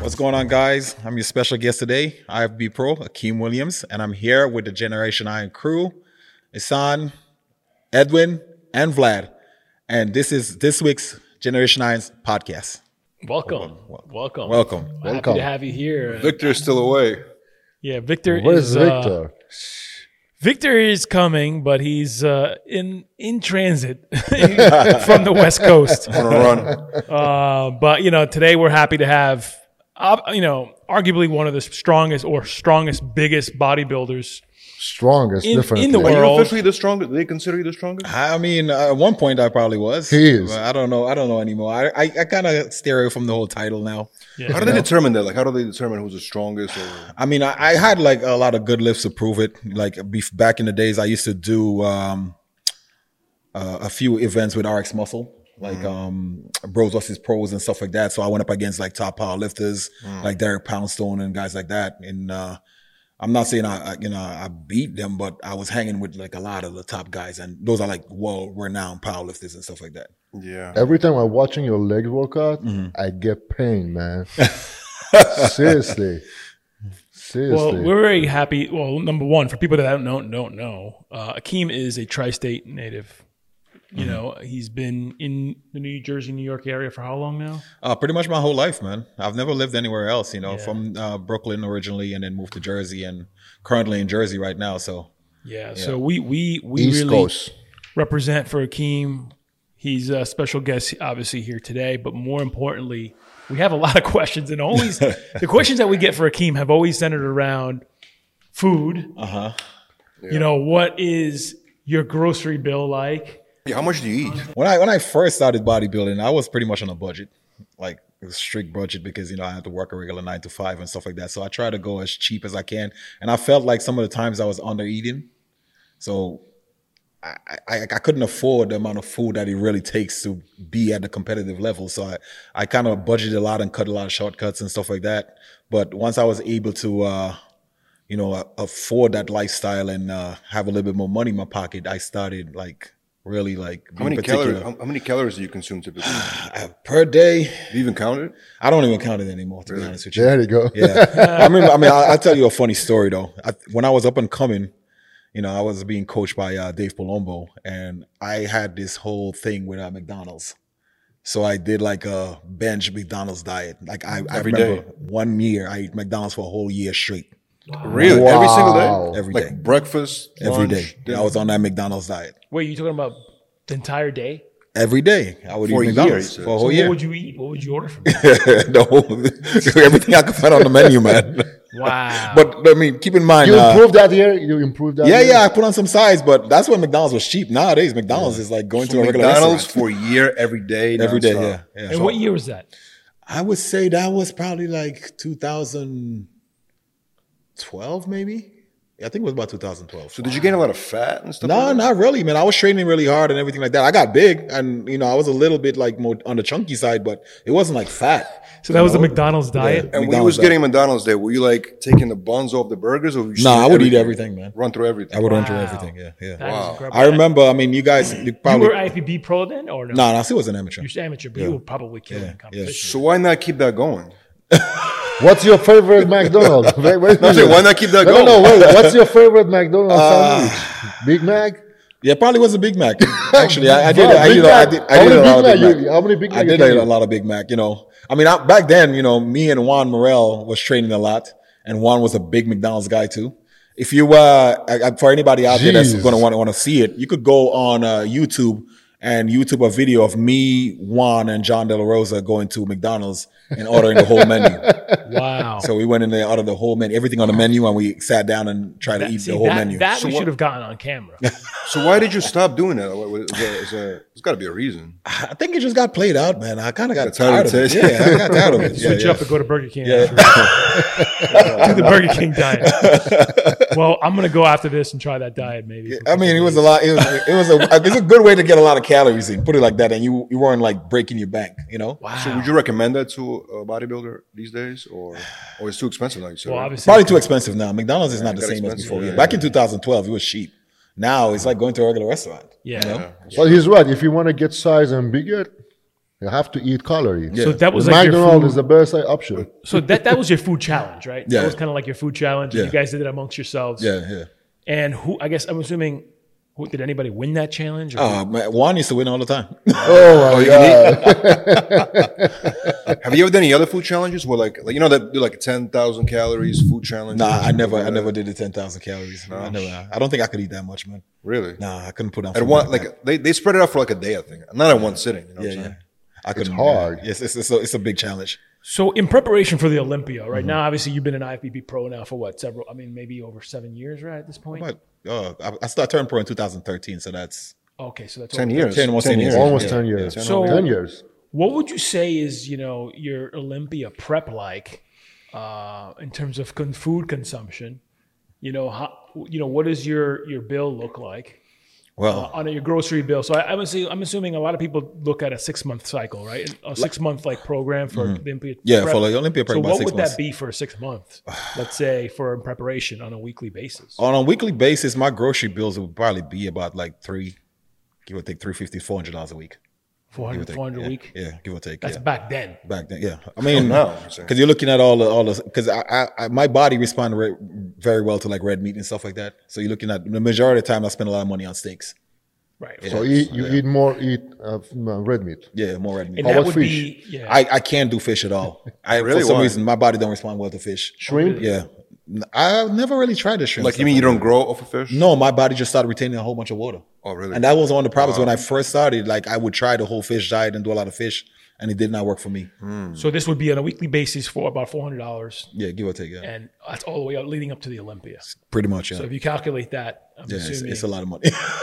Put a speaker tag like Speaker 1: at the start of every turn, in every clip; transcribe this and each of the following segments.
Speaker 1: What's going on, guys? I'm your special guest today, IFB Pro, Akeem Williams, and I'm here with the Generation Iron crew, Isan, Edwin, and Vlad. And this is this week's Generation Iron's podcast.
Speaker 2: Welcome. Welcome.
Speaker 1: Welcome.
Speaker 2: Happy
Speaker 3: Welcome.
Speaker 2: to have you here.
Speaker 4: Victor's still away.
Speaker 2: yeah, Victor
Speaker 3: Where's
Speaker 2: is uh,
Speaker 3: Victor?
Speaker 2: Victor is coming, but he's uh, in in transit from the West Coast.
Speaker 4: On a run.
Speaker 2: Uh, but you know, today we're happy to have uh, you know, arguably one of the strongest or strongest biggest bodybuilders
Speaker 3: Strongest,
Speaker 2: in,
Speaker 3: different.
Speaker 2: in the
Speaker 4: Are you
Speaker 2: world.
Speaker 4: officially the strongest? They consider you the strongest?
Speaker 1: I mean, uh, at one point I probably was.
Speaker 3: He is.
Speaker 1: But I don't know. I don't know anymore. I I, I kind of steer away from the whole title now.
Speaker 4: How do they determine that? Like, how do they determine who's the strongest? Or
Speaker 1: I mean, I, I had like a lot of good lifts to prove it. Like bef- back in the days, I used to do um, uh, a few events with RX Muscle, like
Speaker 4: Mm-hmm.
Speaker 1: um, Bros versus Pros and stuff like that. So I went up against like top power lifters,
Speaker 4: Mm.
Speaker 1: like Derek Poundstone and guys like that. And uh, I'm not saying I, I, you know, I beat them, but I was hanging with like a lot of the top guys, and those are like world renowned power lifters and stuff like that.
Speaker 4: yeah,
Speaker 3: Every time I'm watching your leg workout,
Speaker 4: Mm-hmm.
Speaker 3: I get pain, man. Seriously.
Speaker 2: Well,
Speaker 3: Seriously.
Speaker 2: we're very happy. Well, number one, for people that don't know, don't know, uh, Akeem is a tri-state native. You know, he's been in the New Jersey, New York area for how long now?
Speaker 1: Uh, pretty much my whole life, man. I've never lived anywhere else, you know, from uh, Brooklyn originally and then moved to Jersey and currently in Jersey right now. So
Speaker 2: Yeah. So we we we
Speaker 3: East
Speaker 2: really
Speaker 3: Coast.
Speaker 2: represent for Akeem. He's a special guest, obviously here today, but more importantly, we have a lot of questions, and always the questions that we get for Akeem have always centered around food. Uh huh. You know, what is your grocery bill like?
Speaker 4: yeah. How much do you eat?
Speaker 1: when I when I first started bodybuilding, I was pretty much on a budget, like a strict budget, because you know I had to work a regular nine to five and stuff like that. So I try to go as cheap as I can, and I felt like some of the times I was under eating, so I, I I couldn't afford the amount of food that it really takes to be at the competitive level. So I I kind of budgeted a lot and cut a lot of shortcuts and stuff like that. But once I was able to. uh you know, a- afford that lifestyle and uh, have a little bit more money in my pocket. I started like really like
Speaker 4: How
Speaker 1: being
Speaker 4: many
Speaker 1: particular.
Speaker 4: calories? How, how many calories do you consume typically? do
Speaker 1: per day.
Speaker 4: you even count it?
Speaker 1: I don't even count it anymore, to be honest with you.
Speaker 3: There you go.
Speaker 1: Yeah. I remember, I mean, I, I'll tell you a funny story though. I, when I was up and coming, you know, I was being coached by uh, Dave Palombo and I had this whole thing with uh, McDonald's. So I did like a bench McDonald's diet. Like I, I
Speaker 4: Every
Speaker 1: remember
Speaker 4: day.
Speaker 1: one year I ate McDonald's for a whole year straight.
Speaker 4: Really? Every single
Speaker 3: Wow.
Speaker 4: day?
Speaker 1: Every
Speaker 4: like
Speaker 1: day.
Speaker 4: breakfast,
Speaker 1: every
Speaker 4: lunch,
Speaker 1: day.
Speaker 4: dinner?
Speaker 1: I was on that McDonald's diet.
Speaker 2: Wait, you talking about the entire day?
Speaker 1: Every day I would
Speaker 4: For
Speaker 1: eat
Speaker 4: a year,
Speaker 1: McDonald's
Speaker 4: he said.
Speaker 1: for a
Speaker 2: So
Speaker 1: whole year.
Speaker 2: What would you eat? What would you order from me?
Speaker 1: the whole, everything I could find on the menu, man.
Speaker 2: Wow.
Speaker 1: But I mean, keep in mind,
Speaker 3: You
Speaker 1: uh,
Speaker 3: improved that year. You improved that
Speaker 1: Yeah,
Speaker 3: year?
Speaker 1: yeah, I put on some size, but that's when McDonald's was cheap. Nowadays, McDonald's is like going
Speaker 4: So
Speaker 1: to a regular
Speaker 4: McDonald's
Speaker 1: restaurant
Speaker 4: for a year, every day,
Speaker 1: every day. Yeah,
Speaker 4: nonstop.
Speaker 1: yeah.
Speaker 2: and what year was that?
Speaker 1: I would say that was probably like 2012, maybe. Yeah, I think it was about 2012.
Speaker 4: So did you gain a lot of fat and stuff? like
Speaker 1: No,
Speaker 4: that?
Speaker 1: not really, man. I was training really hard and everything like that. I got big, and you know, I was a little bit like more on the chunky side, but it wasn't like fat.
Speaker 2: So that was the McDonald's diet.
Speaker 4: And when you
Speaker 1: McDonald's
Speaker 4: was
Speaker 1: diet.
Speaker 4: getting McDonald's there, were you like taking the buns off the burgers, or were you
Speaker 1: No,
Speaker 4: just
Speaker 1: I would eat everything, man.
Speaker 4: Run through everything.
Speaker 1: I would run through
Speaker 2: Wow.
Speaker 1: everything. Yeah, yeah.
Speaker 2: That is
Speaker 4: Wow.
Speaker 2: incredible.
Speaker 1: I remember. I mean, you guys, you
Speaker 2: You
Speaker 1: probably.
Speaker 2: were
Speaker 1: No,
Speaker 2: IFBB pro then, or no?
Speaker 1: no, I still was an amateur.
Speaker 2: You're amateur, but you were probably killing the competition.
Speaker 4: So why not keep that going?
Speaker 3: What's your favorite McDonald's? Wait, wait a
Speaker 4: I'm saying,
Speaker 3: minute.
Speaker 4: why not keep that
Speaker 3: No, no,
Speaker 4: going? Ah.
Speaker 3: no, wait. What's your favorite McDonald's sandwich? Big Mac?
Speaker 1: Yeah, probably was a Big Mac. Actually, I, I did. I,
Speaker 3: Big
Speaker 1: you know, I
Speaker 3: Mac.
Speaker 1: did.
Speaker 3: How
Speaker 1: I did
Speaker 3: many
Speaker 1: a lot of
Speaker 3: Big
Speaker 1: Big
Speaker 3: Mac
Speaker 1: Mac.
Speaker 3: you- how many Big
Speaker 1: I
Speaker 3: Mac
Speaker 1: did
Speaker 3: you
Speaker 1: eat a
Speaker 3: eat?
Speaker 1: lot of Big Mac. You know, I mean, I, back then, you know, me and Juan Morel was training a lot, and Juan was a big McDonald's guy too. If you, uh, I, I- for anybody out there that's
Speaker 3: Jeez.
Speaker 1: going to want to want to see it, you could go on uh, YouTube and YouTube a video of me, Juan, and John De La Rosa going to McDonald's and ordering the whole menu.
Speaker 2: Wow.
Speaker 1: So we went in there, ordered the whole menu, everything on the menu, and we sat down and tried to
Speaker 2: That-
Speaker 1: eat
Speaker 2: see,
Speaker 1: the whole
Speaker 2: that,
Speaker 1: menu.
Speaker 2: that we
Speaker 4: what-
Speaker 2: should have gotten on camera.
Speaker 4: So why did you stop doing that? What- what- is there- is there- There's got to be a reason.
Speaker 1: I think it just got played out, man. I kind of got
Speaker 4: That's how
Speaker 1: tired
Speaker 4: it
Speaker 1: of it.
Speaker 4: is.
Speaker 1: Yeah, I got tired of it. Yeah,
Speaker 2: Switch
Speaker 1: yeah.
Speaker 2: up and go to Burger King. Do the Burger King diet. well, I'm gonna go after this and try that diet maybe.
Speaker 1: I mean, it was a lot. It was it was a it's a good way to get a lot of calories in. Put it like that, and you you weren't like breaking your back, you know.
Speaker 4: So would you recommend that to a bodybuilder these days, or or it's too expensive? Like you said,
Speaker 2: well,
Speaker 4: right?
Speaker 2: obviously,
Speaker 1: Probably too expensive now. McDonald's is not the
Speaker 4: got
Speaker 1: same as
Speaker 4: expensive,
Speaker 1: before.
Speaker 4: yeah.
Speaker 1: Back in 2012, it was cheap. Now it's like going to a regular restaurant.
Speaker 2: yeah.
Speaker 3: But he's right. If you want to get size and bigger, you have to eat calories.
Speaker 2: So that was
Speaker 3: the
Speaker 2: like your
Speaker 3: McDonald's
Speaker 2: food,
Speaker 3: is the best option.
Speaker 2: so that that was your food challenge, right?
Speaker 1: Yeah.
Speaker 2: That was kind of like your food challenge. and
Speaker 1: Yeah.
Speaker 2: You guys did it amongst yourselves.
Speaker 1: Yeah, yeah.
Speaker 2: And who? I guess I'm assuming. Who, did anybody win that challenge? Or-
Speaker 1: Uh, my- Juan used to win all the time.
Speaker 3: Oh my god!
Speaker 4: Have you ever done any other food challenges where like, like you know that do like ten thousand calories food challenge?
Speaker 1: nah, I never, I never did the 10,000 calories. I never. I don't think I could eat that much, man.
Speaker 4: Really?
Speaker 1: Nah, I couldn't put on
Speaker 4: Oh. At
Speaker 1: food
Speaker 4: one
Speaker 1: that.
Speaker 4: like they, they spread it out for like a day, I think. Not at one sitting. You know what
Speaker 1: Yeah,
Speaker 4: I'm
Speaker 1: yeah.
Speaker 4: saying?
Speaker 1: I couldn't.
Speaker 3: hard.
Speaker 1: Yes, it's it's a, it's a big challenge.
Speaker 2: So in preparation for the Olympia,
Speaker 1: Mm-hmm.
Speaker 2: right now, obviously you've been an IFBB pro now for what several? I mean, maybe over seven years, right? At this point.
Speaker 1: But uh, I, I started turned pro in 2013, so that's
Speaker 2: Okay, so that's
Speaker 4: Ten
Speaker 2: over-
Speaker 4: years.
Speaker 1: 10 was 10 years.
Speaker 3: Almost
Speaker 1: Yeah.
Speaker 3: ten years.
Speaker 2: So-
Speaker 3: ten years.
Speaker 2: What would you say is you know your Olympia prep like uh, in terms of con- food consumption? You know how you know what does your your bill look like
Speaker 1: well.
Speaker 2: on your grocery bill? So I, I'm assuming I'm assuming a lot of people look at a six month cycle, right? A six month like program for Olympia.
Speaker 1: Mm-hmm. Yeah,
Speaker 2: prep.
Speaker 1: for like Olympia prep
Speaker 2: So
Speaker 1: about
Speaker 2: what
Speaker 1: six
Speaker 2: would
Speaker 1: months.
Speaker 2: that be for six months? Let's say for preparation on a weekly basis.
Speaker 1: on a weekly basis, my grocery bills would probably be about like three, give or take, three fifty, four hundred dollars a week.
Speaker 2: 400,
Speaker 1: Give or take.
Speaker 2: 400
Speaker 1: yeah.
Speaker 2: a week.
Speaker 1: Yeah, give or take.
Speaker 2: That's
Speaker 1: yeah.
Speaker 2: back then.
Speaker 1: Back then, yeah. I mean,
Speaker 4: now, Oh, I'm saying.
Speaker 1: because you're looking at all the all the because I, I, I my body responded re- very well to like red meat and stuff like that. So you're looking at the majority of the time I spend a lot of money on steaks.
Speaker 2: Right.
Speaker 3: So eat, you eat more eat uh, f- uh, red meat.
Speaker 1: Yeah, more red meat.
Speaker 2: And that
Speaker 3: about
Speaker 2: would be
Speaker 3: fish?
Speaker 2: yeah.
Speaker 1: I, I can't do fish at all. I
Speaker 4: Really?
Speaker 1: for some
Speaker 4: Why?
Speaker 1: reason my body don't respond well to fish.
Speaker 3: Shrimp.
Speaker 1: Yeah, N- I've never really tried the shrimp.
Speaker 4: Like you
Speaker 1: stuff
Speaker 4: mean you don't grow off a fish?
Speaker 1: No, my body just started retaining a whole bunch of water.
Speaker 4: Oh, really?
Speaker 1: And that was one of the problems when I first started. Like, I would try the whole fish diet and do a lot of fish, and it did not work for me.
Speaker 3: Hmm.
Speaker 2: so this would be on a weekly basis for about four hundred dollars,
Speaker 1: Yeah, give or take. Yeah,
Speaker 2: and that's all the way up leading up to the Olympia.
Speaker 1: pretty much. Yeah,
Speaker 2: So if you calculate that, I'm
Speaker 1: yeah it's,
Speaker 2: assuming
Speaker 1: it's a lot of money.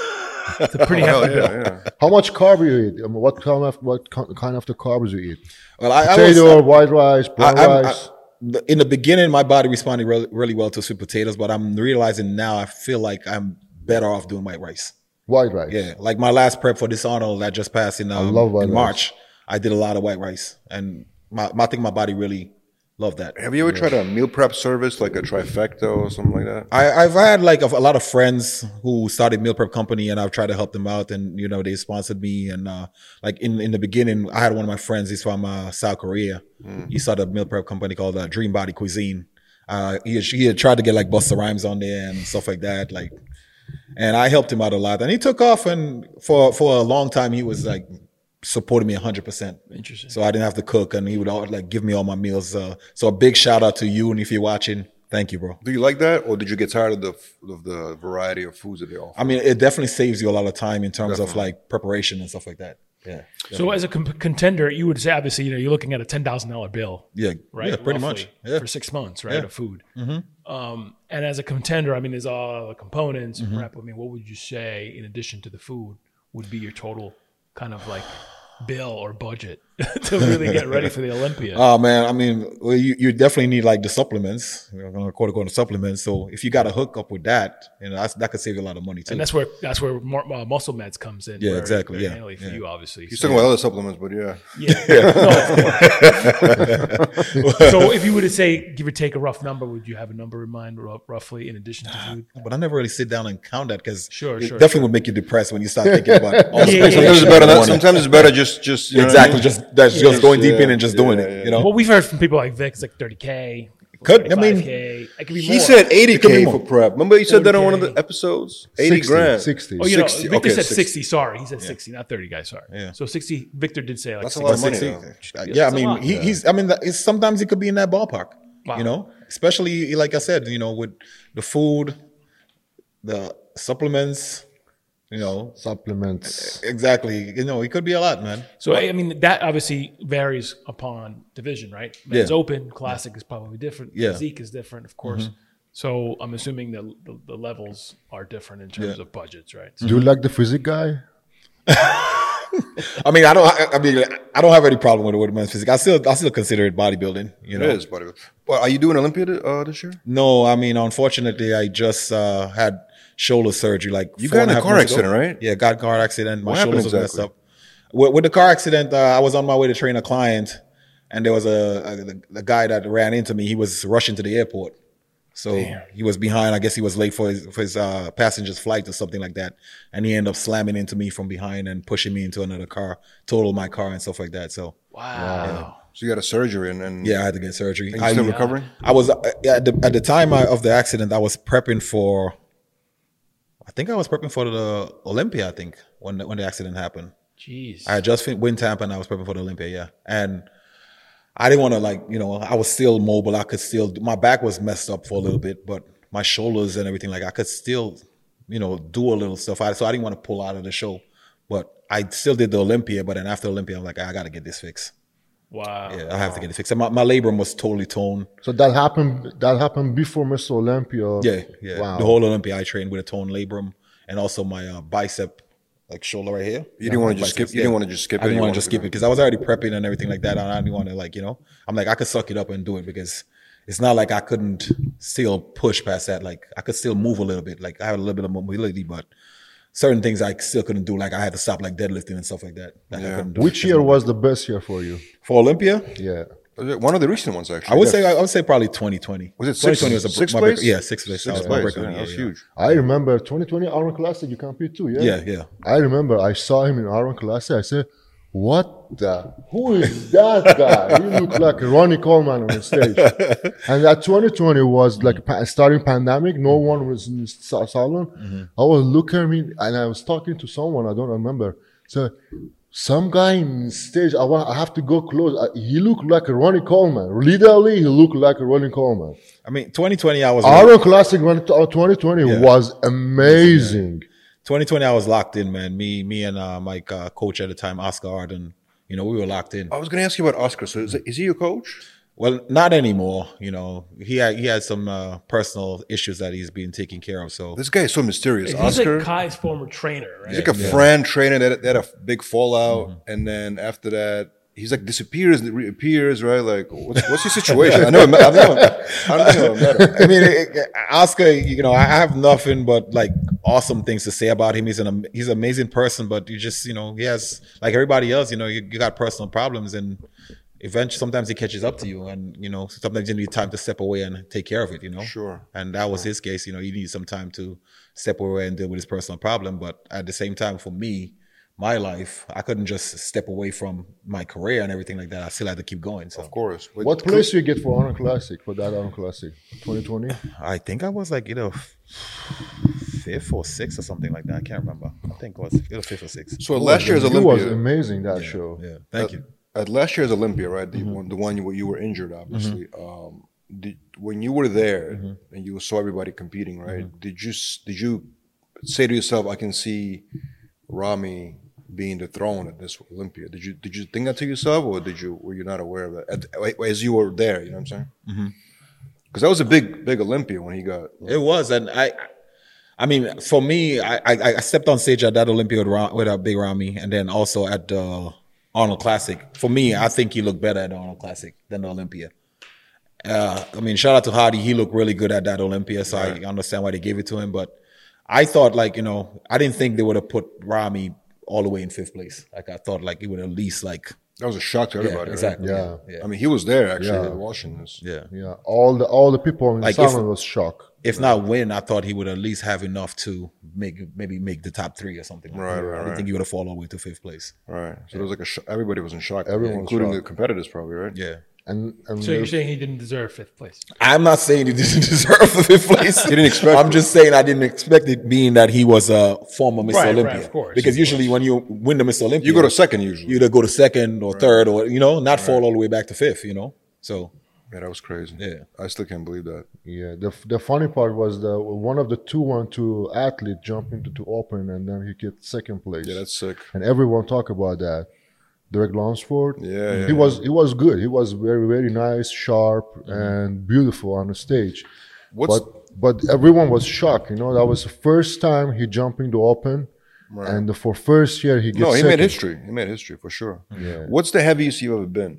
Speaker 2: it's a pretty
Speaker 4: Hell
Speaker 2: hefty bill.
Speaker 4: yeah, yeah.
Speaker 3: How much carb you eat? Um, what kind of what ki- kind of the carbs you eat?
Speaker 1: well, I, I was- uh,
Speaker 3: Potato, white rice, brown
Speaker 1: I- I'm-
Speaker 3: rice.
Speaker 1: the- in the beginning, my body responded really, really well to sweet potatoes, but I'm realizing now I feel like I'm better off doing white rice.
Speaker 3: white rice.
Speaker 1: Yeah, like my last prep for this Arnold that just passed in, um,
Speaker 3: love white
Speaker 1: in
Speaker 3: rice.
Speaker 1: March, I did a lot of white rice, and my, my, I think my body really loved that.
Speaker 4: Have you ever tried a meal prep service like a trifecta or something like that?
Speaker 1: I, I've had like a, a lot of friends who started meal prep company, and I've tried to help them out, and you know they sponsored me, and uh, like in in the beginning, I had one of my friends. He's from uh, South Korea. He started a meal prep company called uh, Dream Body Cuisine. Uh, he had- he had tried to get like Busta Rhymes on there and stuff like that, like, and I helped him out a lot, and he took off, and for for a long time he was like supported me 100%. Interesting. So I didn't have to cook and he would all, like give me all my meals. Uh, so a big shout out to you. And if you're watching, thank you, bro.
Speaker 4: Do you like that, or did you get tired of the f- of the variety of foods that they offer?
Speaker 1: I mean, it definitely saves you a lot of time in terms of like preparation and stuff like that. Yeah.
Speaker 2: So as a com- contender, you would say obviously you know you're looking at a ten thousand dollar bill,
Speaker 1: Yeah.
Speaker 2: right?
Speaker 1: Yeah, pretty much.
Speaker 2: roughly,
Speaker 1: Yeah. Mm-hmm.
Speaker 2: for six months, right? Of food. Um, and as a contender, I mean, there's all the components
Speaker 1: Mm-hmm.
Speaker 2: prep. I mean, what would you say in addition to the food would be your total kind of like bill or budget to really get ready for the Olympia?
Speaker 1: Oh man, I mean, well, you, you definitely need like the supplements. We're going to quote unquote supplements. So if you got to hook up with that, you know, that's, that could save you a lot of money too.
Speaker 2: and that's where that's where more, uh, muscle meds comes in.
Speaker 1: Yeah,
Speaker 2: very-
Speaker 1: exactly,
Speaker 2: very
Speaker 1: yeah,
Speaker 2: handily for
Speaker 1: yeah.
Speaker 2: you, obviously.
Speaker 4: He's
Speaker 2: So-
Speaker 4: talking about other supplements, but yeah.
Speaker 2: yeah. No, of course. so if you were to say, give or take a rough number, would you have a number in mind, ru- roughly, in addition to food?
Speaker 1: but I never really sit down and count that because
Speaker 2: Sure,
Speaker 1: it
Speaker 2: sure,
Speaker 1: definitely would make you depressed when you start thinking about all the
Speaker 2: Yeah, yeah,
Speaker 1: special things
Speaker 4: Sometimes it's
Speaker 1: you
Speaker 4: better. That,
Speaker 1: wanna-
Speaker 4: sometimes it's better just just you know what I
Speaker 1: Exactly.
Speaker 4: mean?
Speaker 1: Just that's just going deep
Speaker 4: yeah,
Speaker 1: in and just doing it. You know,
Speaker 2: Well, we've heard from people like Vic, it's like 30K,
Speaker 1: could Oh. I mean,
Speaker 2: 5K. It could be more.
Speaker 4: He said
Speaker 1: could be
Speaker 4: 80k
Speaker 1: more.
Speaker 4: for prep. Remember, he said that on one of
Speaker 2: 40K.
Speaker 4: the episodes. 80
Speaker 3: 60,
Speaker 4: grand.
Speaker 3: 60.
Speaker 2: Oh, you know,
Speaker 4: 60,
Speaker 2: Victor
Speaker 4: okay,
Speaker 2: said 60.
Speaker 4: 60.
Speaker 2: Sorry, he said 60, not 30 guys. Sorry. Yeah. So 60. Victor did say like
Speaker 4: That's a
Speaker 2: 60.
Speaker 4: lot of money.
Speaker 1: 60.
Speaker 4: though.
Speaker 1: yeah, I
Speaker 2: a
Speaker 1: mean,
Speaker 2: lot.
Speaker 1: he, he's. I mean, that- it's, sometimes it could be in that ballpark.
Speaker 2: Wow.
Speaker 1: You know, especially like I said, you know, with the food, the supplements, You know,
Speaker 3: Supplements.
Speaker 1: exactly. You know, it could be a lot, man.
Speaker 2: So I I mean that obviously varies upon division, right? Men's
Speaker 1: Yeah.
Speaker 2: open, classic is probably different.
Speaker 1: Yeah.
Speaker 2: Physique is different, of course. So I'm assuming that the, the levels are different in terms of budgets, right? So
Speaker 3: Do you like the physique guy?
Speaker 1: I mean, I don't. I, I mean, I don't have any problem with with men's physique. I still, I still consider it bodybuilding. You know,
Speaker 4: It is bodybuilding. But are you doing Olympia th- uh, this year?
Speaker 1: No, I mean, unfortunately, I just uh, had shoulder surgery. Like
Speaker 4: You
Speaker 1: four
Speaker 4: got
Speaker 1: and
Speaker 4: in a
Speaker 1: half
Speaker 4: car
Speaker 1: months ago.
Speaker 4: accident, right?
Speaker 1: Yeah, got in a car accident. My
Speaker 4: What happened
Speaker 1: shoulders was messed
Speaker 4: exactly?
Speaker 1: up. With, with the car accident, uh, I was on my way to train a client, and there was a, a the, the guy that ran into me. He was rushing to the airport, so he was behind. I guess he was late for his for his uh, passenger's flight or something like that, and he ended up slamming into me from behind and pushing me into another car, totaled my car and stuff like that. So
Speaker 4: So you got a surgery and, and
Speaker 1: yeah, I had to get surgery.
Speaker 4: and
Speaker 1: I-
Speaker 4: you're still recovering?
Speaker 1: I was uh, at the, at the time I, of the accident. I was prepping for. I think I was prepping for the Olympia. I think when the, when the accident happened,
Speaker 2: jeez.
Speaker 1: I had just fin- went Tampa and I was prepping for the Olympia. Yeah, and I didn't want to like you know I was still mobile. I could still my back was messed up for a little bit, but my shoulders and everything like I could still you know do a little stuff. I, so I didn't want to pull out of the show, but I still did the Olympia. But then after Olympia, I'm like "Ah, I got to get this fixed.
Speaker 2: wow.
Speaker 1: Yeah, I have to get it fixed. And my, my labrum was totally torn.
Speaker 3: So that happened. That happened before Mr. Olympia.
Speaker 1: Yeah, yeah.
Speaker 3: Wow.
Speaker 1: The whole Olympia, I trained with a torn labrum and also my uh, bicep, like shoulder right here.
Speaker 4: You didn't want to just skip.
Speaker 1: Biceps,
Speaker 4: You didn't
Speaker 1: yeah.
Speaker 4: want to just
Speaker 1: I
Speaker 4: skip it.
Speaker 1: didn't
Speaker 4: You
Speaker 1: want
Speaker 4: wanted
Speaker 1: to just skip it because I was already prepping and everything like that, and I didn't want to like you know. I'm like I could suck it up and do it because it's not like I couldn't still push past that. Like I could still move a little bit. Like I had a little bit of mobility, but certain things I still couldn't do. Like I had to stop like deadlifting and stuff like that. Like, I couldn't do
Speaker 3: Which year was the best year for you?
Speaker 1: for Olympia?
Speaker 3: Yeah.
Speaker 4: One of the recent ones
Speaker 1: I
Speaker 4: actually.
Speaker 1: would say I would say probably 2020.
Speaker 4: Was it six-
Speaker 1: 2020 was a,
Speaker 4: six
Speaker 1: my break-
Speaker 4: place?
Speaker 1: Yeah, six place. That
Speaker 4: Six
Speaker 1: was my
Speaker 4: place,
Speaker 1: breakout
Speaker 4: yeah,
Speaker 1: year,
Speaker 4: that's
Speaker 1: yeah.
Speaker 4: huge.
Speaker 3: I remember 2020 Iron Classic. You compete too. Yeah.
Speaker 1: Yeah, yeah.
Speaker 3: I remember I saw him in Iron Classic. I said, "What the? Who is that guy? he looked like Ronnie Coleman on the stage." and that 2020 was like pa- starting pandemic. No one was in the sa- salon. I was looking at me, and I was talking to someone I don't remember. So. Some guy in stage, I want. I have to go close. I- He looked like Ronnie Coleman. Literally, he looked like Ronnie Coleman.
Speaker 1: I mean, 2020, I was
Speaker 3: Iron Classic run- 2020 was amazing.
Speaker 1: 2020, I was locked in, man. Me, me, and uh, my uh, coach at the time, Oscar Arden. You know, we were locked in.
Speaker 4: I was going to ask you about Oscar. So is, is he your coach?
Speaker 1: Well, not anymore. You know, he had he had some uh, personal issues that he's being taken care of. So
Speaker 4: This guy is so mysterious.
Speaker 2: He's
Speaker 4: Oscar.
Speaker 2: like Kai's former trainer, right?
Speaker 4: He's like a friend trainer that, that had a big fallout,
Speaker 1: Mm-hmm.
Speaker 4: and then after that, he's like disappears and reappears, right? Like, what's, what's his situation? I know, him- I've never, I don't think I've met him.
Speaker 1: I mean, it, it- Oscar, you know, I have nothing but like awesome things to say about him. He's an am- he's an amazing person, but you just you know he has like everybody else. You know, you, you got personal problems, and eventually sometimes he catches up to you, and you know sometimes you need time to step away and take care of it. You know,
Speaker 4: Sure.
Speaker 1: And that was his case. You know, he needed some time to step away and deal with his personal problem. But at the same time, for me. My life, I couldn't just step away from my career and everything like that. I still had to keep going. So
Speaker 4: Of course. But
Speaker 3: What place you get for Iron Classic for that Iron Classic 2020?
Speaker 1: I think I was like either f- fifth or sixth or something like that. I can't remember. I think it was either fifth or sixth.
Speaker 4: So at last year's
Speaker 3: It was
Speaker 4: Olympia,
Speaker 3: amazing that show.
Speaker 1: Yeah,
Speaker 4: Uh,
Speaker 1: thank you.
Speaker 4: at last year's Olympia, right? The
Speaker 1: Mm-hmm.
Speaker 4: one, the one where you were injured, obviously. Um, did, when you were there
Speaker 1: Mm-hmm.
Speaker 4: and you saw everybody competing, right? Did you s- did you say to yourself, "I can see Rami being dethroned at this Olympia"? Did you did you think that to yourself, or did you were you not aware of that at, as you were there? You know what I'm saying?
Speaker 1: Mm-hmm.
Speaker 4: Because that was a big big Olympia when he got.
Speaker 1: It was, and I, I mean, for me, I, I, I stepped on stage at that Olympia with, Ra- with a big Rami, and then also at the Arnold Classic. For me, I think he looked better at the Arnold Classic than the Olympia. Uh, I mean, shout out to Hardy. He looked really good at that Olympia, so I understand why they gave it to him. But I thought, like, you know, I didn't think they would have put Rami all the way in fifth place. Like, I thought, like, it would at least, like,
Speaker 4: That was a shock to
Speaker 1: Yeah,
Speaker 4: everybody. right?
Speaker 1: exactly.
Speaker 3: Yeah.
Speaker 1: yeah.
Speaker 4: I mean, he was there actually watching this.
Speaker 1: yeah.
Speaker 3: Yeah, all the all the people in the
Speaker 1: Like, if-
Speaker 3: salon was shocked.
Speaker 1: If not win, I thought he would at least have enough to make maybe make the top three or something. Like
Speaker 4: Right,
Speaker 1: that.
Speaker 4: right,
Speaker 1: I didn't
Speaker 4: right.
Speaker 1: think he would have fallen all the way to fifth place.
Speaker 4: Right. So there was like a sh- everybody was in shock,
Speaker 3: Everyone was
Speaker 4: including the
Speaker 3: shocked.
Speaker 4: competitors, probably. Right.
Speaker 1: Yeah,
Speaker 3: And, and
Speaker 2: So you're
Speaker 3: there's-
Speaker 2: saying he didn't deserve fifth place?
Speaker 1: I'm not saying he didn't deserve the fifth place.
Speaker 4: Didn't expect
Speaker 1: I'm
Speaker 4: it.
Speaker 1: just saying I didn't expect it, being that he was a former Mr.
Speaker 2: Right, right,
Speaker 1: Olympia.
Speaker 2: of course,
Speaker 1: because
Speaker 2: of
Speaker 1: usually when you win the Mr. Olympia,
Speaker 4: You go to second usually.
Speaker 1: you either go to second or third or you know not fall all the way back to fifth. You know, so
Speaker 4: Yeah, that was crazy.
Speaker 1: Yeah.
Speaker 4: I still can't believe that.
Speaker 3: Yeah, the the funny part was the one of the two one two athlete jumped into to open and then he gets second place.
Speaker 4: Yeah, that's sick.
Speaker 3: and everyone talk about that. Derek Lonsford.
Speaker 4: Yeah, yeah, Mm-hmm.
Speaker 3: he was he was good. He was very very nice, sharp, and beautiful on the stage.
Speaker 4: What's
Speaker 3: but but everyone was shocked. You know, that was the first time he jumping the open, and for first year he gets
Speaker 4: no? He
Speaker 3: second.
Speaker 4: made history. He made history for sure. Yeah. What's the heaviest you've ever been?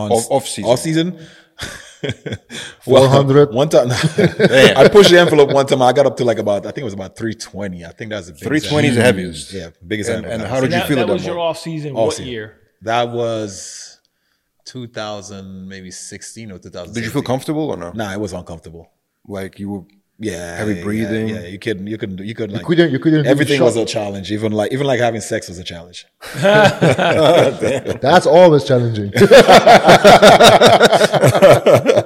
Speaker 1: On
Speaker 4: Off- off-season.
Speaker 1: Off season.
Speaker 3: 400?
Speaker 1: One time, I pushed the envelope one time. I got up to like about, I think it was about 320. I think that's the biggest
Speaker 4: 320 is the
Speaker 1: envelope.
Speaker 4: heaviest.
Speaker 1: Yeah, biggest
Speaker 4: And-
Speaker 1: envelope.
Speaker 4: and
Speaker 1: I've
Speaker 4: how did
Speaker 1: seen.
Speaker 4: you
Speaker 2: that,
Speaker 4: feel
Speaker 2: that
Speaker 4: at that
Speaker 2: was your
Speaker 4: moment?
Speaker 2: off season.
Speaker 1: Off
Speaker 2: What
Speaker 1: season.
Speaker 2: year?
Speaker 1: That was 2000, maybe 16 or 2000.
Speaker 4: Did you feel comfortable or no?
Speaker 1: Nah, it was uncomfortable.
Speaker 4: Like you were.
Speaker 1: Yeah,
Speaker 4: Heavy
Speaker 1: yeah, yeah,
Speaker 4: breathing.
Speaker 1: Yeah, you couldn't, you couldn't, you couldn't. Like,
Speaker 3: couldn't- you couldn't do
Speaker 1: Everything
Speaker 3: the
Speaker 1: was a
Speaker 3: shot.
Speaker 1: challenge. Even like, even like having sex was a challenge.
Speaker 3: That's always challenging.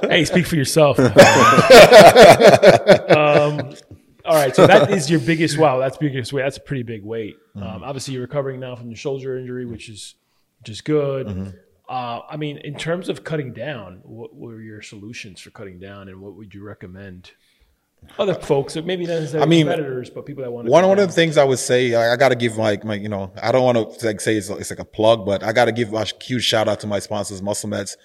Speaker 2: Hey, speak for yourself. um, all right, so that is your biggest. Wow, that's biggest weight. That's a pretty big weight.
Speaker 4: Mm-hmm.
Speaker 2: Um, obviously, you're recovering now from your shoulder injury, which is which is good.
Speaker 4: Mm-hmm.
Speaker 2: Uh, I mean, in terms of cutting down, what were your solutions for cutting down, and what would you recommend? Other folks, or maybe not necessarily
Speaker 1: I mean,
Speaker 2: competitors, but people that want to
Speaker 1: One
Speaker 2: cut
Speaker 1: one of
Speaker 2: down.
Speaker 1: the things I would say, I, I got to give like my, you know, I don't want to like say it's, it's like a plug, but I got to give a huge shout out to my sponsors, Muscle Meds,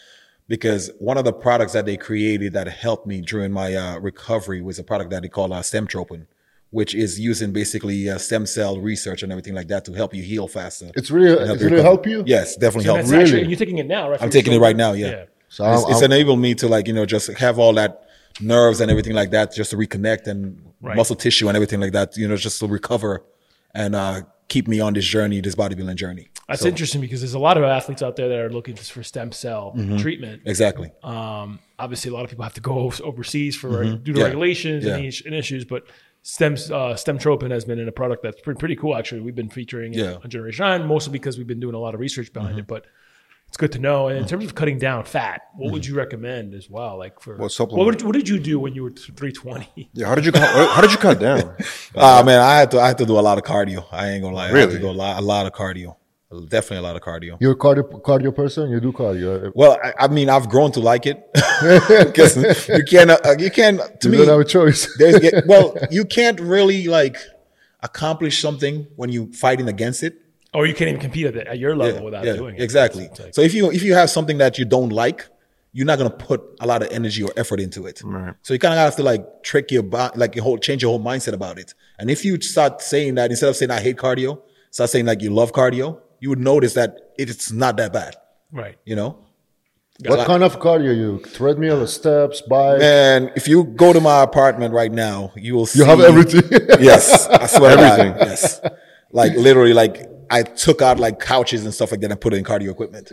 Speaker 1: because one of the products that they created that helped me during my uh, recovery was a product that they call uh, stem tropin, which is using basically uh, stem cell research and everything like that to help you heal faster.
Speaker 3: It's really-
Speaker 1: And
Speaker 3: it
Speaker 1: you
Speaker 3: really
Speaker 1: recover.
Speaker 3: help you?
Speaker 1: Yes, definitely
Speaker 2: And
Speaker 1: helps.
Speaker 2: that's
Speaker 3: Really?
Speaker 2: actually, and you're taking it now, right? for
Speaker 1: I'm
Speaker 2: your
Speaker 1: taking it
Speaker 2: shoulder?
Speaker 1: right now. Yeah.
Speaker 3: So
Speaker 1: it's,
Speaker 3: I'm-
Speaker 1: it's
Speaker 3: I'm-
Speaker 1: enabled me to like, you know, just have all that nerves and everything like that, just to reconnect and
Speaker 2: Right.
Speaker 1: muscle tissue and everything like that, you know, just to recover and, uh, keep me on this journey, this bodybuilding journey.
Speaker 2: That's interesting because there's a lot of athletes out there that are looking for stem cell
Speaker 1: Mm-hmm.
Speaker 2: treatment.
Speaker 1: Exactly. Uh,
Speaker 2: Um, obviously, a lot of people have to go overseas for due to
Speaker 1: Mm-hmm. Yeah.
Speaker 2: regulations and
Speaker 1: Yeah.
Speaker 2: is- and issues, but stem uh, stemtropin has been in a product that's pretty, pretty cool. Actually, we've been featuring
Speaker 1: Yeah. Mm-hmm.
Speaker 2: it on Generation Nine mostly because we've been doing a lot of research behind it. But it's good to know. And in terms of cutting down fat, what would
Speaker 1: Mm-hmm.
Speaker 2: you recommend as well? Like for
Speaker 4: What
Speaker 2: what,
Speaker 4: supplement?
Speaker 2: would, what did you do when you were three twenty?
Speaker 4: Yeah. How did you? Cut, how did you cut down?
Speaker 1: Ah, man, I had to, I had to do a lot of cardio. I ain't gonna lie. I had
Speaker 4: Really?
Speaker 1: to do a lot, a lot of cardio. Definitely a lot of cardio.
Speaker 3: You're a cardio, cardio person. You do cardio.
Speaker 1: Well, I, I mean, I've grown to like it because you can't, uh, you can't, to
Speaker 3: You
Speaker 1: me,
Speaker 3: don't have a choice.
Speaker 1: there's yeah, well, you can't really like accomplish something when you fighting against it.
Speaker 2: Or Oh, you can't even compete at, the, at your level without
Speaker 1: Yeah,
Speaker 2: doing it.
Speaker 1: exactly.
Speaker 2: It's like-
Speaker 1: so if you if you have something that you don't like, you're not gonna put a lot of energy or effort into it. So you kind of have to like trick your body, like your whole change your whole mindset about it. And if you start saying that instead of saying I hate cardio, start saying like you love cardio, you would notice that it's not that bad.
Speaker 2: right.
Speaker 1: You know.
Speaker 3: What kind of cardio you? Treadmill, steps, bike.
Speaker 1: And if you go to my apartment right now, you will see
Speaker 3: you have everything.
Speaker 1: Yes, I swear everything.
Speaker 4: Everything.
Speaker 1: yes, like literally, like I took out like couches and stuff like that and put it in cardio equipment.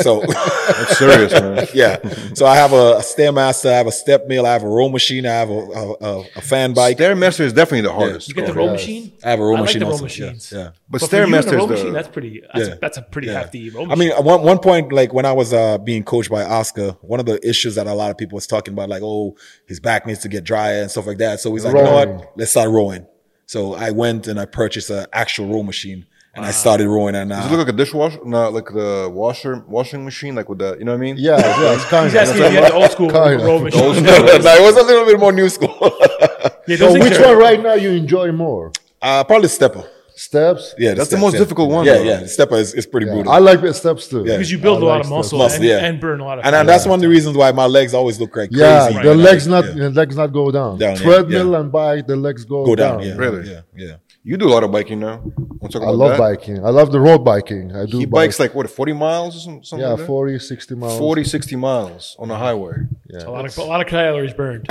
Speaker 1: So
Speaker 4: That's serious, man.
Speaker 1: yeah, so I have a stairmaster, I have a step mill, I have a roll machine, I have a a, a, a fan bike,
Speaker 4: Stairmaster is definitely the hardest.
Speaker 2: You get the
Speaker 4: bro.
Speaker 2: row machine.
Speaker 1: I have a roll
Speaker 2: I like
Speaker 1: machine.
Speaker 2: the row
Speaker 1: also. Yeah,
Speaker 2: machines.
Speaker 1: yeah.
Speaker 4: But,
Speaker 2: But for you and a
Speaker 4: Stairmaster
Speaker 2: row
Speaker 4: is
Speaker 2: machine,
Speaker 4: the.
Speaker 2: that's pretty. That's,
Speaker 1: Yeah.
Speaker 2: that's a pretty hefty. Row
Speaker 1: I
Speaker 2: machine.
Speaker 1: mean, at one, one point, like when I was uh, being coached by Oscar, one of the issues that a lot of people was talking about, like, oh, his back needs to get drier and stuff like that. So he's like, you know
Speaker 3: Rowing.
Speaker 1: what? Let's start rowing. So I went and I purchased an actual row machine and I started rowing. And
Speaker 4: Does
Speaker 1: uh,
Speaker 4: it look like a dishwasher? No, like the washer, washing machine, like with the. You know what I mean?
Speaker 3: yeah, yeah, it's kind
Speaker 2: He's
Speaker 3: of.
Speaker 2: asking if you had the old school
Speaker 3: Kinda.
Speaker 2: row machine.
Speaker 1: No, it was a little bit more new school.
Speaker 2: Yeah, those
Speaker 3: So
Speaker 2: things
Speaker 3: which
Speaker 2: are-
Speaker 3: one right now you enjoy more?
Speaker 1: uh, probably stepper.
Speaker 3: Steps.
Speaker 1: Yeah,
Speaker 4: That's the
Speaker 1: step-
Speaker 4: most
Speaker 1: yeah.
Speaker 4: difficult one,
Speaker 1: Yeah,
Speaker 4: though.
Speaker 1: yeah, the stepper is, is pretty brutal.
Speaker 3: I like the steps too.
Speaker 2: Because you build
Speaker 3: I
Speaker 2: a lot
Speaker 3: like
Speaker 2: of
Speaker 3: stuff.
Speaker 2: muscle,
Speaker 1: Muscle,
Speaker 2: and,
Speaker 1: yeah.
Speaker 2: and burn a lot of
Speaker 1: and
Speaker 2: fat.
Speaker 1: uh, that's one of the reasons why my legs always look like
Speaker 3: Yeah,
Speaker 1: crazy.
Speaker 3: the
Speaker 1: Right.
Speaker 3: legs not
Speaker 1: Yeah.
Speaker 3: the legs not go down.
Speaker 1: Down, yeah,
Speaker 3: Treadmill
Speaker 1: yeah.
Speaker 3: and bike, the legs go,
Speaker 1: go down. Yeah,
Speaker 4: Really?
Speaker 1: Yeah, yeah.
Speaker 4: You do a lot of biking now. Wanna talk
Speaker 3: I
Speaker 4: about
Speaker 3: love
Speaker 4: that?
Speaker 3: biking. I love the road biking. I do.
Speaker 4: He
Speaker 3: bike.
Speaker 4: bikes like what, 40 miles or some- something?
Speaker 3: yeah,
Speaker 4: like that?
Speaker 3: 40, 60 miles.
Speaker 4: 40, 60 miles on a highway.
Speaker 3: Yeah.
Speaker 2: a lot of a lot of calories burned.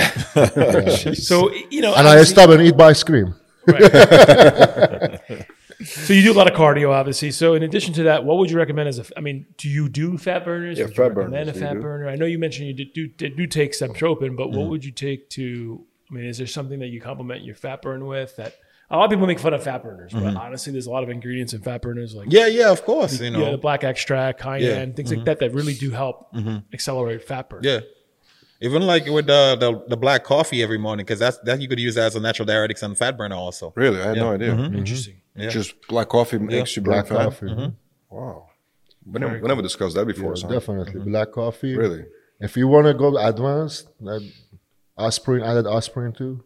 Speaker 2: so you know,
Speaker 3: And I
Speaker 2: obviously-
Speaker 3: stop and eat ice cream.
Speaker 2: so you do a lot of cardio, obviously. So in addition to that, what would you recommend as a? f- I mean, do you do fat burners?
Speaker 4: Yeah,
Speaker 2: Would you
Speaker 4: fat
Speaker 2: recommend
Speaker 4: burners,
Speaker 2: a
Speaker 4: we
Speaker 2: fat
Speaker 4: do.
Speaker 2: burner. I know you mentioned you did, do did, do take semtropin, but what would you take to? I mean, is there something that you complement your fat burn with? That a lot of people make fun of fat burners, but honestly, there's a lot of ingredients in fat burners like
Speaker 1: Yeah, yeah, of course. You know,
Speaker 2: yeah, the black extract, cayenne, things like that that really do help accelerate fat burn.
Speaker 1: Yeah. Even like with the the, the black coffee every morning, because that's that you could use as a natural diuretics and fat burner also.
Speaker 4: Really? I had no idea.
Speaker 1: Mm-hmm.
Speaker 2: Interesting.
Speaker 4: Just black coffee makes you burn
Speaker 3: Mm-hmm. Black
Speaker 4: fat.
Speaker 3: coffee.
Speaker 4: Wow. We never, we never discussed that before.
Speaker 3: Yeah,
Speaker 4: son.
Speaker 3: definitely. Black coffee.
Speaker 4: Mm-hmm. Really?
Speaker 3: If you want to go advanced, like aspirin, added aspirin too.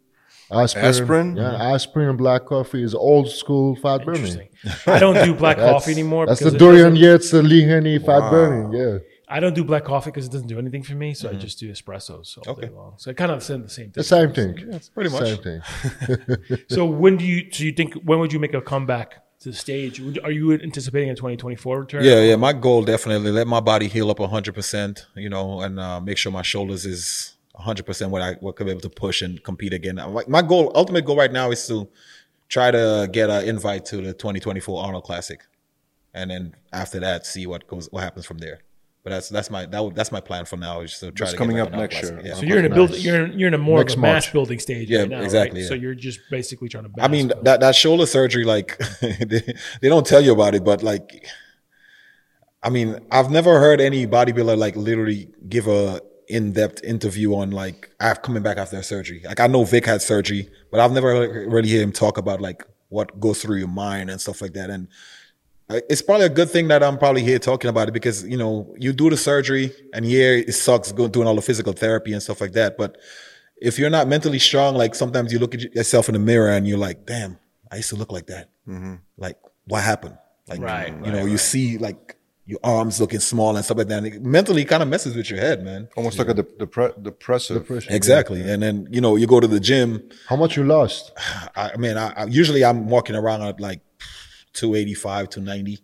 Speaker 3: Aspirin,
Speaker 4: Aspirin? Mm-hmm.
Speaker 3: yeah, aspirin and black coffee is old school fat burning.
Speaker 2: Interesting. I don't do black
Speaker 3: That's-
Speaker 2: coffee anymore.
Speaker 3: That's the
Speaker 2: because it
Speaker 3: Dorian
Speaker 2: doesn't-
Speaker 3: Yates, the Lee Henny fat burning. Yeah,
Speaker 2: I don't do black coffee because it doesn't do anything for me. So I just do espressos all day long. So I kind of said the same thing.
Speaker 3: the same thing.
Speaker 1: It's pretty much.
Speaker 3: Same thing.
Speaker 2: So when do you? So you think when would you make a comeback to the stage? Would- Are you anticipating a 2024 return?
Speaker 1: Yeah, yeah. My goal definitely let my body heal up 100%, you know, and uh, make sure my shoulders is 100% what I what could be able to push and compete again. I'm Like my goal, ultimate goal right now is to try to get an invite to the 2024 Arnold Classic, and then after that, see what goes what happens from there. But that's that's my that, would- that's my plan for now is to try
Speaker 4: That's
Speaker 1: to get
Speaker 4: coming
Speaker 1: back
Speaker 4: up
Speaker 1: in Arnold
Speaker 4: next
Speaker 1: Classic.
Speaker 4: year.
Speaker 1: Yeah.
Speaker 2: So you're in a build. You're in, you're in a more
Speaker 3: Next
Speaker 2: of a match
Speaker 3: March.
Speaker 2: building stage.
Speaker 1: Yeah,
Speaker 2: right now, right?
Speaker 1: exactly, yeah.
Speaker 2: So you're just basically trying to.
Speaker 1: I mean
Speaker 2: mass build.
Speaker 1: that that shoulder surgery, like they, they don't tell you about it, but like, I mean, I've never heard any bodybuilder like literally give a in-depth interview on like I've coming back after surgery. Like I know Vic had surgery, but I've never like, really heard him talk about like what goes through your mind and stuff like that. And I- it's probably a good thing that I'm probably here talking about it because you know you do the surgery and yeah, it sucks go, doing all the physical therapy and stuff like that, but if you're not mentally strong, like sometimes you look at yourself in the mirror and you're like, damn, I used to look like that. Like, what happened? Like,
Speaker 2: Right,
Speaker 1: you know, you see like your arms looking small and stuff like that. And it mentally kind of messes with your head, man.
Speaker 4: Almost like a de- depre- depressive.
Speaker 1: Exactly. And then, you know, you go to the gym.
Speaker 3: How much you lost?
Speaker 1: I, I mean, I, I usually I'm walking around at like 285, 290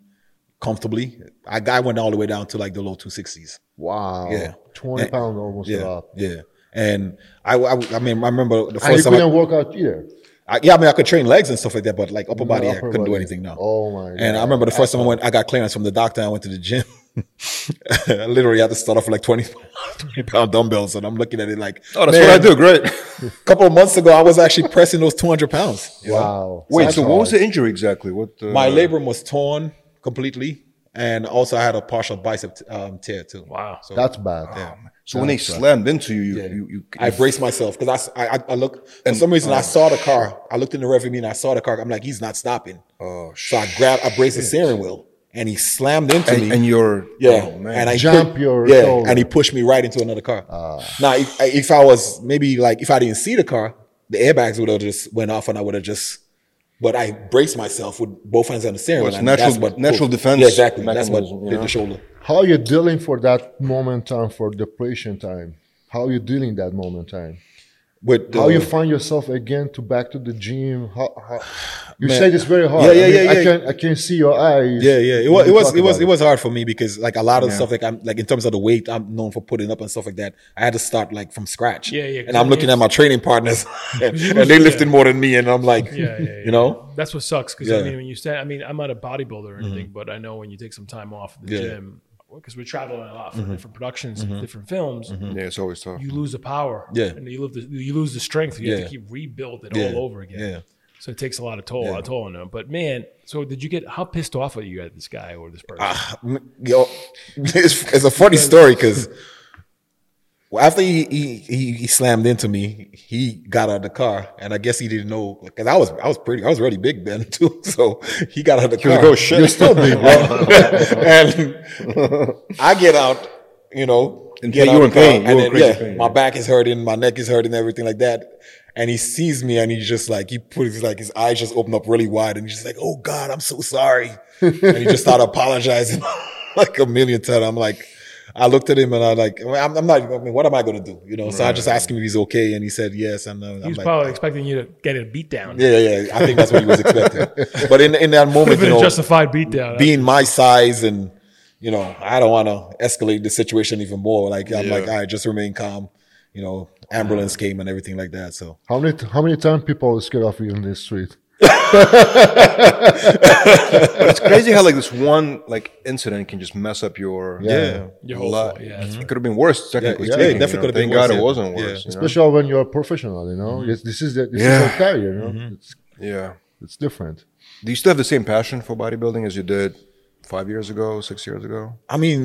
Speaker 1: comfortably. I, I went all the way down to like the low 260s.
Speaker 3: Wow.
Speaker 1: Yeah.
Speaker 3: Twenty
Speaker 1: And-
Speaker 3: pounds almost
Speaker 1: Yeah.
Speaker 3: a lot.
Speaker 1: Yeah. And I, I, I mean, I remember the
Speaker 3: And you
Speaker 1: first time. I-
Speaker 3: couldn't work out either.
Speaker 1: I, yeah, I mean, I could train legs and stuff like that, but like upper body, I
Speaker 3: upper
Speaker 1: couldn't do
Speaker 3: body.
Speaker 1: anything. No.
Speaker 3: Oh, my
Speaker 1: And I
Speaker 3: God.
Speaker 1: remember the first time I went, I got clearance from the doctor. I went to the gym. I literally had to start off with like 20, 20 pound dumbbells, and I'm looking at it like,
Speaker 4: Oh, that's what I do. Great.
Speaker 1: A couple of months ago, I was actually pressing those 200 pounds. you know?
Speaker 3: Wow.
Speaker 4: Wait,
Speaker 3: That's
Speaker 4: so what was
Speaker 3: hard.
Speaker 4: the injury exactly? What uh,
Speaker 1: My labrum was torn completely, and also I had a partial bicep um, tear too.
Speaker 2: Wow.
Speaker 1: So
Speaker 3: That's bad.
Speaker 4: So when they slammed into you, you, you, you
Speaker 1: I braced myself because I, I, I look for some reason
Speaker 3: uh,
Speaker 1: I saw the car. I looked in the rearview mirror and I saw the car. I'm like, he's not stopping.
Speaker 4: Oh, sh-
Speaker 1: So I grabbed, I braced the steering wheel, and he slammed into
Speaker 4: and,
Speaker 1: me.
Speaker 4: and your
Speaker 1: Yeah,
Speaker 4: oh, man.
Speaker 1: and I
Speaker 3: Jump
Speaker 1: put-
Speaker 3: your
Speaker 1: yeah,
Speaker 3: shoulder.
Speaker 1: and he pushed me right into another car. now, if, if I was maybe like if I didn't see the car, the airbags would have just went off, and I would have just. But I braced myself with both hands on the steering
Speaker 4: Well,
Speaker 1: wheel.
Speaker 4: it's
Speaker 1: and
Speaker 4: natural-
Speaker 1: that's what
Speaker 4: natural defense
Speaker 1: Yeah, exactly. That's what
Speaker 4: mechanism, you
Speaker 1: did
Speaker 4: know?
Speaker 1: the shoulder.
Speaker 3: How you dealing for that moment time for depression time? How you dealing that moment time?
Speaker 1: With the,
Speaker 3: How you find yourself again to back to the gym? How, how you say this very hard.
Speaker 1: Yeah, yeah,
Speaker 3: I mean,
Speaker 1: yeah,
Speaker 3: I
Speaker 1: yeah.
Speaker 3: can I can see your eyes.
Speaker 1: yeah, yeah. It was
Speaker 3: when you
Speaker 1: it was
Speaker 3: talk
Speaker 1: it was
Speaker 3: about
Speaker 1: it was hard for me because like a lot of stuff like I'm like in terms of the weight I'm known for putting up and stuff like that. I had to start like from scratch.
Speaker 2: Yeah, yeah, 'cause
Speaker 1: And I'm
Speaker 2: you
Speaker 1: looking
Speaker 2: lose-
Speaker 1: at my training partners, and, and they lifted more than me, and I'm like,
Speaker 2: Yeah, yeah, yeah.
Speaker 1: you know,
Speaker 2: That's what sucks because I
Speaker 1: Yeah. Mm-hmm.
Speaker 2: mean, when you stand, I mean, I'm not a bodybuilder or anything, but I know when you take some time off at the
Speaker 1: Yeah. Mm-hmm.
Speaker 2: gym because we're traveling a lot for different productions, different films,
Speaker 4: yeah, it's always tough.
Speaker 2: you lose the power,
Speaker 1: Yeah.
Speaker 2: and you lose the you lose the strength. You have
Speaker 1: Yeah.
Speaker 2: to keep rebuild it
Speaker 1: Yeah.
Speaker 2: all over again.
Speaker 1: Yeah.
Speaker 2: So it takes a lot of toll, a toll on them. But man, so did you get how pissed off are you at this guy or this person?
Speaker 4: Ah,
Speaker 1: yo, it's, it's a funny story because well, after he, he he he slammed into me, he got out of the car, and I guess he didn't know because I was I was pretty I was really big then too, so he got out of the car.
Speaker 4: oh shit! You're still big,
Speaker 1: and I get out, you know,
Speaker 4: And
Speaker 1: get
Speaker 4: you
Speaker 1: out
Speaker 4: were
Speaker 1: the
Speaker 4: in pain.
Speaker 1: car,
Speaker 4: You
Speaker 1: and
Speaker 4: were
Speaker 1: then,
Speaker 4: crazy
Speaker 1: yeah,
Speaker 4: pain,
Speaker 1: my
Speaker 4: yeah.
Speaker 1: back is hurting, my neck is hurting, everything like that. And he sees me, and he's just like he put his like his eyes just open up really wide, and he's just like, "Oh God, I'm so sorry," and he just started apologizing like a million times. I'm like. I looked at him and I like, I'm, I'm not, I mean, what am I going to do? You know, so I just asked him if he's okay. And he said, yes. And uh,
Speaker 2: he
Speaker 1: I'm
Speaker 2: was
Speaker 1: like,
Speaker 2: probably expecting you to get a beatdown.
Speaker 1: yeah, yeah. I think that's what he was expecting. but in, in that moment,
Speaker 2: Could have
Speaker 1: you
Speaker 2: been
Speaker 1: know,
Speaker 2: a justified beatdown.
Speaker 1: being my size and you know i don't want to escalate the situation even more like i'm like i just remain calm you know ambulance came and everything like that so
Speaker 3: How many how many times people scared of you in the street?
Speaker 4: it's crazy how like this one like incident can just mess up your
Speaker 3: Yeah.
Speaker 2: Your whole
Speaker 4: lot.
Speaker 2: life, yeah, that's
Speaker 4: It could have been worse. Technically,
Speaker 1: yeah, it
Speaker 4: speaking,
Speaker 1: definitely
Speaker 4: you know?
Speaker 1: could have been
Speaker 4: Thank God
Speaker 1: worse,
Speaker 4: it
Speaker 1: yeah.
Speaker 4: wasn't
Speaker 1: Yeah.
Speaker 4: worse. you know?
Speaker 3: Especially when you're a professional, you know.
Speaker 1: Mm-hmm.
Speaker 3: Yes, This is the, this is
Speaker 4: Yeah.
Speaker 3: your career, you know. It's
Speaker 4: Yeah.
Speaker 3: it's different.
Speaker 4: Do you still have the same passion for bodybuilding as you did five years ago, six years ago?
Speaker 1: i mean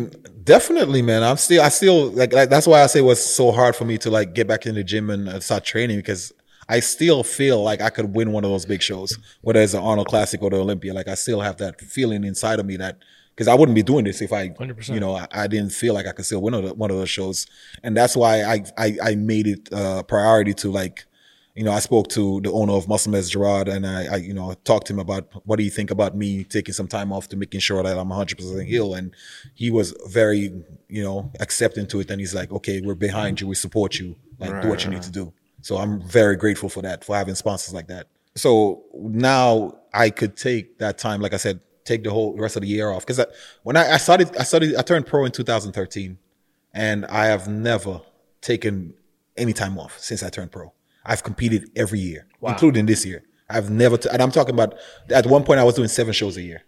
Speaker 1: definitely man i'm still i still like, like that's why i say it was so hard for me to like get back in the gym and uh, start training because i still feel like i could win one of those big shows whether it's the arnold classic or the olympia like i still have that feeling inside of me that because I wouldn't be doing this if I,
Speaker 2: 100%.
Speaker 1: you know, I, I didn't feel like I could still win on the- one of those shows, and that's why I I, I made it a priority to like, you know, I spoke to the owner of Muscle Mess Gerard, and I, I you know talked to him about what do you think about me taking some time off to making sure that I'm 100 percent healed, and he was very you know accepting to it, and he's like, okay, we're behind you, we support you, like do what you need to do. So I'm very grateful for that, for having sponsors like that. So now I could take that time, like I said, take the whole rest of the year off. Because I, when I, I started, I started, I turned pro in 2013, and I have never taken any time off since I turned pro. I've competed every year, including this year. I've never, t- and I'm talking about at one point I was doing seven shows a year,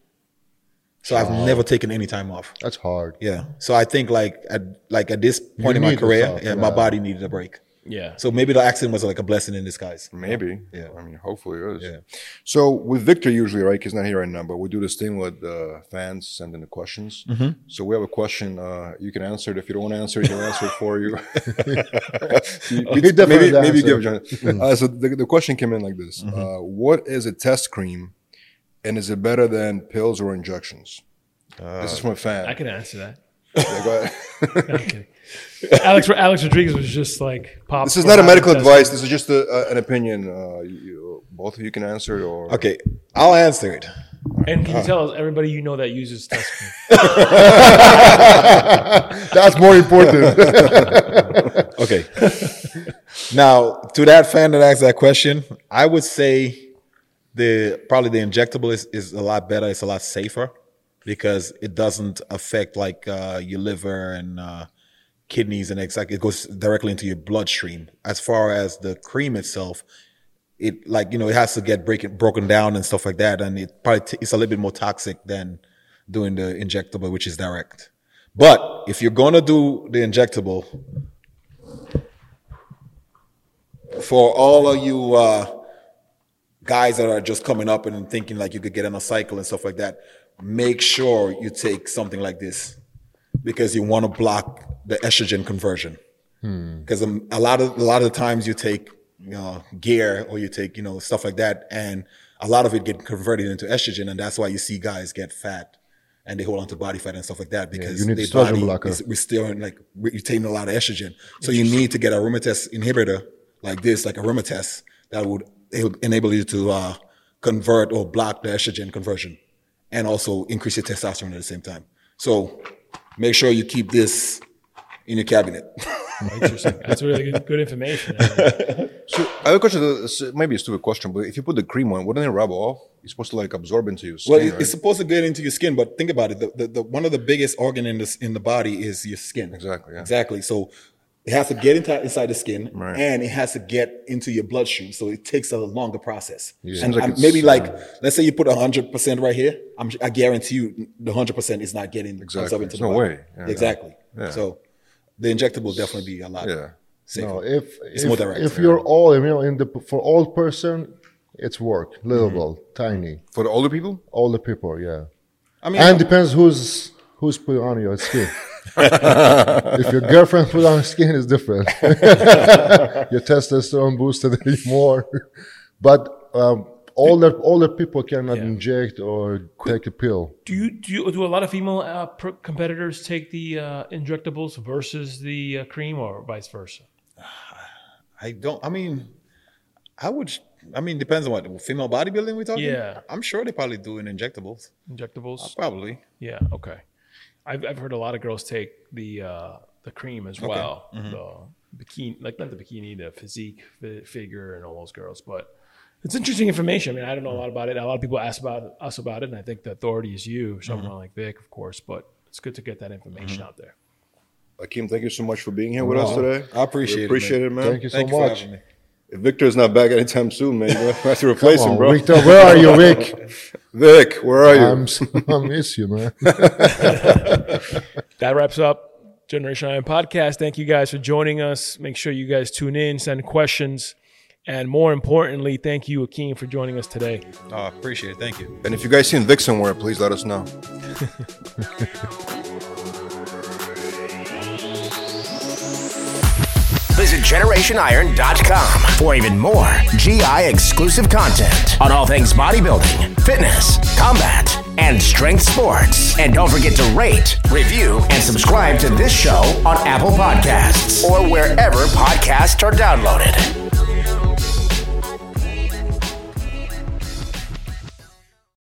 Speaker 1: so I've never taken any time off.
Speaker 3: That's hard.
Speaker 1: Yeah. So I think like at like at this point in my
Speaker 3: need the
Speaker 1: career,
Speaker 3: time,
Speaker 1: yeah, my
Speaker 3: yeah.
Speaker 1: body needed a break.
Speaker 2: Yeah.
Speaker 1: So maybe the accident was like a blessing in disguise.
Speaker 4: Maybe.
Speaker 1: Yeah.
Speaker 4: I mean, hopefully it is.
Speaker 1: Yeah.
Speaker 4: So with Victor, usually, right? 'cause He's not here right now, but we do this thing with uh, fans sending the questions. So we have a question. Uh, you can answer it. If you don't want to answer it, he'll answer it for you. You- you-
Speaker 3: He definitely
Speaker 4: maybe,
Speaker 3: has the
Speaker 4: maybe you give
Speaker 3: answer.
Speaker 4: John. Uh, so the, the question came in like this uh, What is a test cream and is it better than pills or injections? this is from a fan. uh,
Speaker 2: I can answer that.
Speaker 4: Yeah, go ahead.
Speaker 2: No, I'm kidding. Alex Alex Rodriguez was just like pop.
Speaker 4: this is not a medical advice. This is just a, a, an opinion. Uh, you, you- both of you can answer it or.
Speaker 1: Okay, I'll answer it.
Speaker 2: And
Speaker 4: Ah.
Speaker 2: can you tell us everybody you know that uses test cream?
Speaker 3: That's more important.
Speaker 1: Okay. now, to that fan that asked that question, I would say the probably the injectable is, is a lot better. It's a lot safer because it doesn't affect like uh, your liver and uh, kidneys and exactly it goes directly into your bloodstream. As far as the cream itself, it like you know it has to get breaking broken down and stuff like that, and it probably t- it's a little bit more toxic than doing the injectable, which is direct. But if you're gonna do the injectable, for all of you uh, guys that are just coming up and thinking like you could get on a cycle and stuff like that, make sure you take something like this because you want to block the estrogen conversion. Because um, a lot of a lot of the times you take you know, gear or you take you know stuff like that, and a lot of it get converted into estrogen, and that's why you see guys get fat and they hold on to body fat and stuff like that because
Speaker 3: you need
Speaker 1: their
Speaker 3: estrogen
Speaker 1: body
Speaker 3: blocker.
Speaker 1: is restoring like retaining a lot of estrogen. So you need to get a aromatase inhibitor like this, like aromatase, that would it'll enable you to uh, convert or block the estrogen conversion and also increase your testosterone at the same time. So make sure you keep this in your cabinet.
Speaker 2: Interesting. That's really good, good information.
Speaker 4: So I have a question. uh, s- Maybe a stupid question, but if you put the cream on, wouldn't it rub off? It's supposed to like absorb into your skin,
Speaker 1: Well, it-
Speaker 4: right?
Speaker 1: it's supposed to get into your skin, but think about it. The, the, the one of the biggest organ in this in the body is your skin.
Speaker 4: Exactly, yeah.
Speaker 1: Exactly. So it has to get into, inside the skin,
Speaker 4: Right.
Speaker 1: and it has to get into your bloodstream. So it takes a longer process. And
Speaker 4: Seems like
Speaker 1: I'm-
Speaker 4: it's,
Speaker 1: maybe
Speaker 4: uh,
Speaker 1: like let's say you put hundred percent right here. I'm, I guarantee you, the hundred percent is not getting absorbed
Speaker 4: Exactly.
Speaker 1: into
Speaker 4: There's
Speaker 1: the
Speaker 4: no
Speaker 1: body.
Speaker 4: way. Yeah.
Speaker 1: exactly.
Speaker 4: Yeah.
Speaker 1: So the injectable will definitely be a lot.
Speaker 4: yeah.
Speaker 1: Safer.
Speaker 3: No, if
Speaker 1: It's
Speaker 3: if,
Speaker 1: more direct.
Speaker 3: if you're all you know in the for all person, it's work little
Speaker 1: Mm-hmm.
Speaker 3: ball, tiny.
Speaker 4: For the older people,
Speaker 3: All the people, yeah.
Speaker 1: I mean,
Speaker 3: And depends who's who's put on your skin. if your girlfriend put on skin, it's different. your testosterone boosted anymore. But um, older older people cannot inject or take a pill.
Speaker 2: do you do you, do a lot of female uh, pro- competitors take the uh, injectables versus the uh, cream or vice versa?
Speaker 1: I don't. I mean, I would. I mean, depends on what female bodybuilding we're talking.
Speaker 2: Yeah.
Speaker 1: I'm sure they probably do in injectables.
Speaker 2: Injectables.
Speaker 1: Probably.
Speaker 2: Yeah. Okay. I've I've heard a lot of girls take the uh, the cream as well. The bikini, like not the bikini, the physique fi- figure, and all those girls, but. It's interesting information. I mean, I don't know a lot about it. A lot of people ask about us about it, and I think the authority is you, someone like Vic, of course. But it's good to get that information out there.
Speaker 4: Akeem, thank you so much for being here with us today.
Speaker 1: I appreciate
Speaker 4: We
Speaker 1: it,
Speaker 4: appreciate it, man.
Speaker 3: Thank you so
Speaker 1: Thank you for
Speaker 3: much.
Speaker 1: having me.
Speaker 4: If Victor is not back anytime soon, man, you're gonna have to replace
Speaker 3: Come
Speaker 4: him,
Speaker 3: on,
Speaker 4: bro.
Speaker 3: Victor, where are you, Vic?
Speaker 4: Vic, where are you?
Speaker 3: I'm, s- I miss you, man.
Speaker 2: That wraps up Generation Iron Podcast. Thank you guys for joining us. Make sure you guys tune in, send questions, and more importantly, thank you, Akeem, for joining us today.
Speaker 1: Oh, I appreciate it. Thank you.
Speaker 4: and if you guys seen Vic somewhere, please let us know.
Speaker 5: Visit GenerationIron.com for even more GI exclusive content on all things bodybuilding, fitness, combat, and strength sports. And don't forget to rate, review, and subscribe to this show on Apple Podcasts or wherever podcasts are downloaded.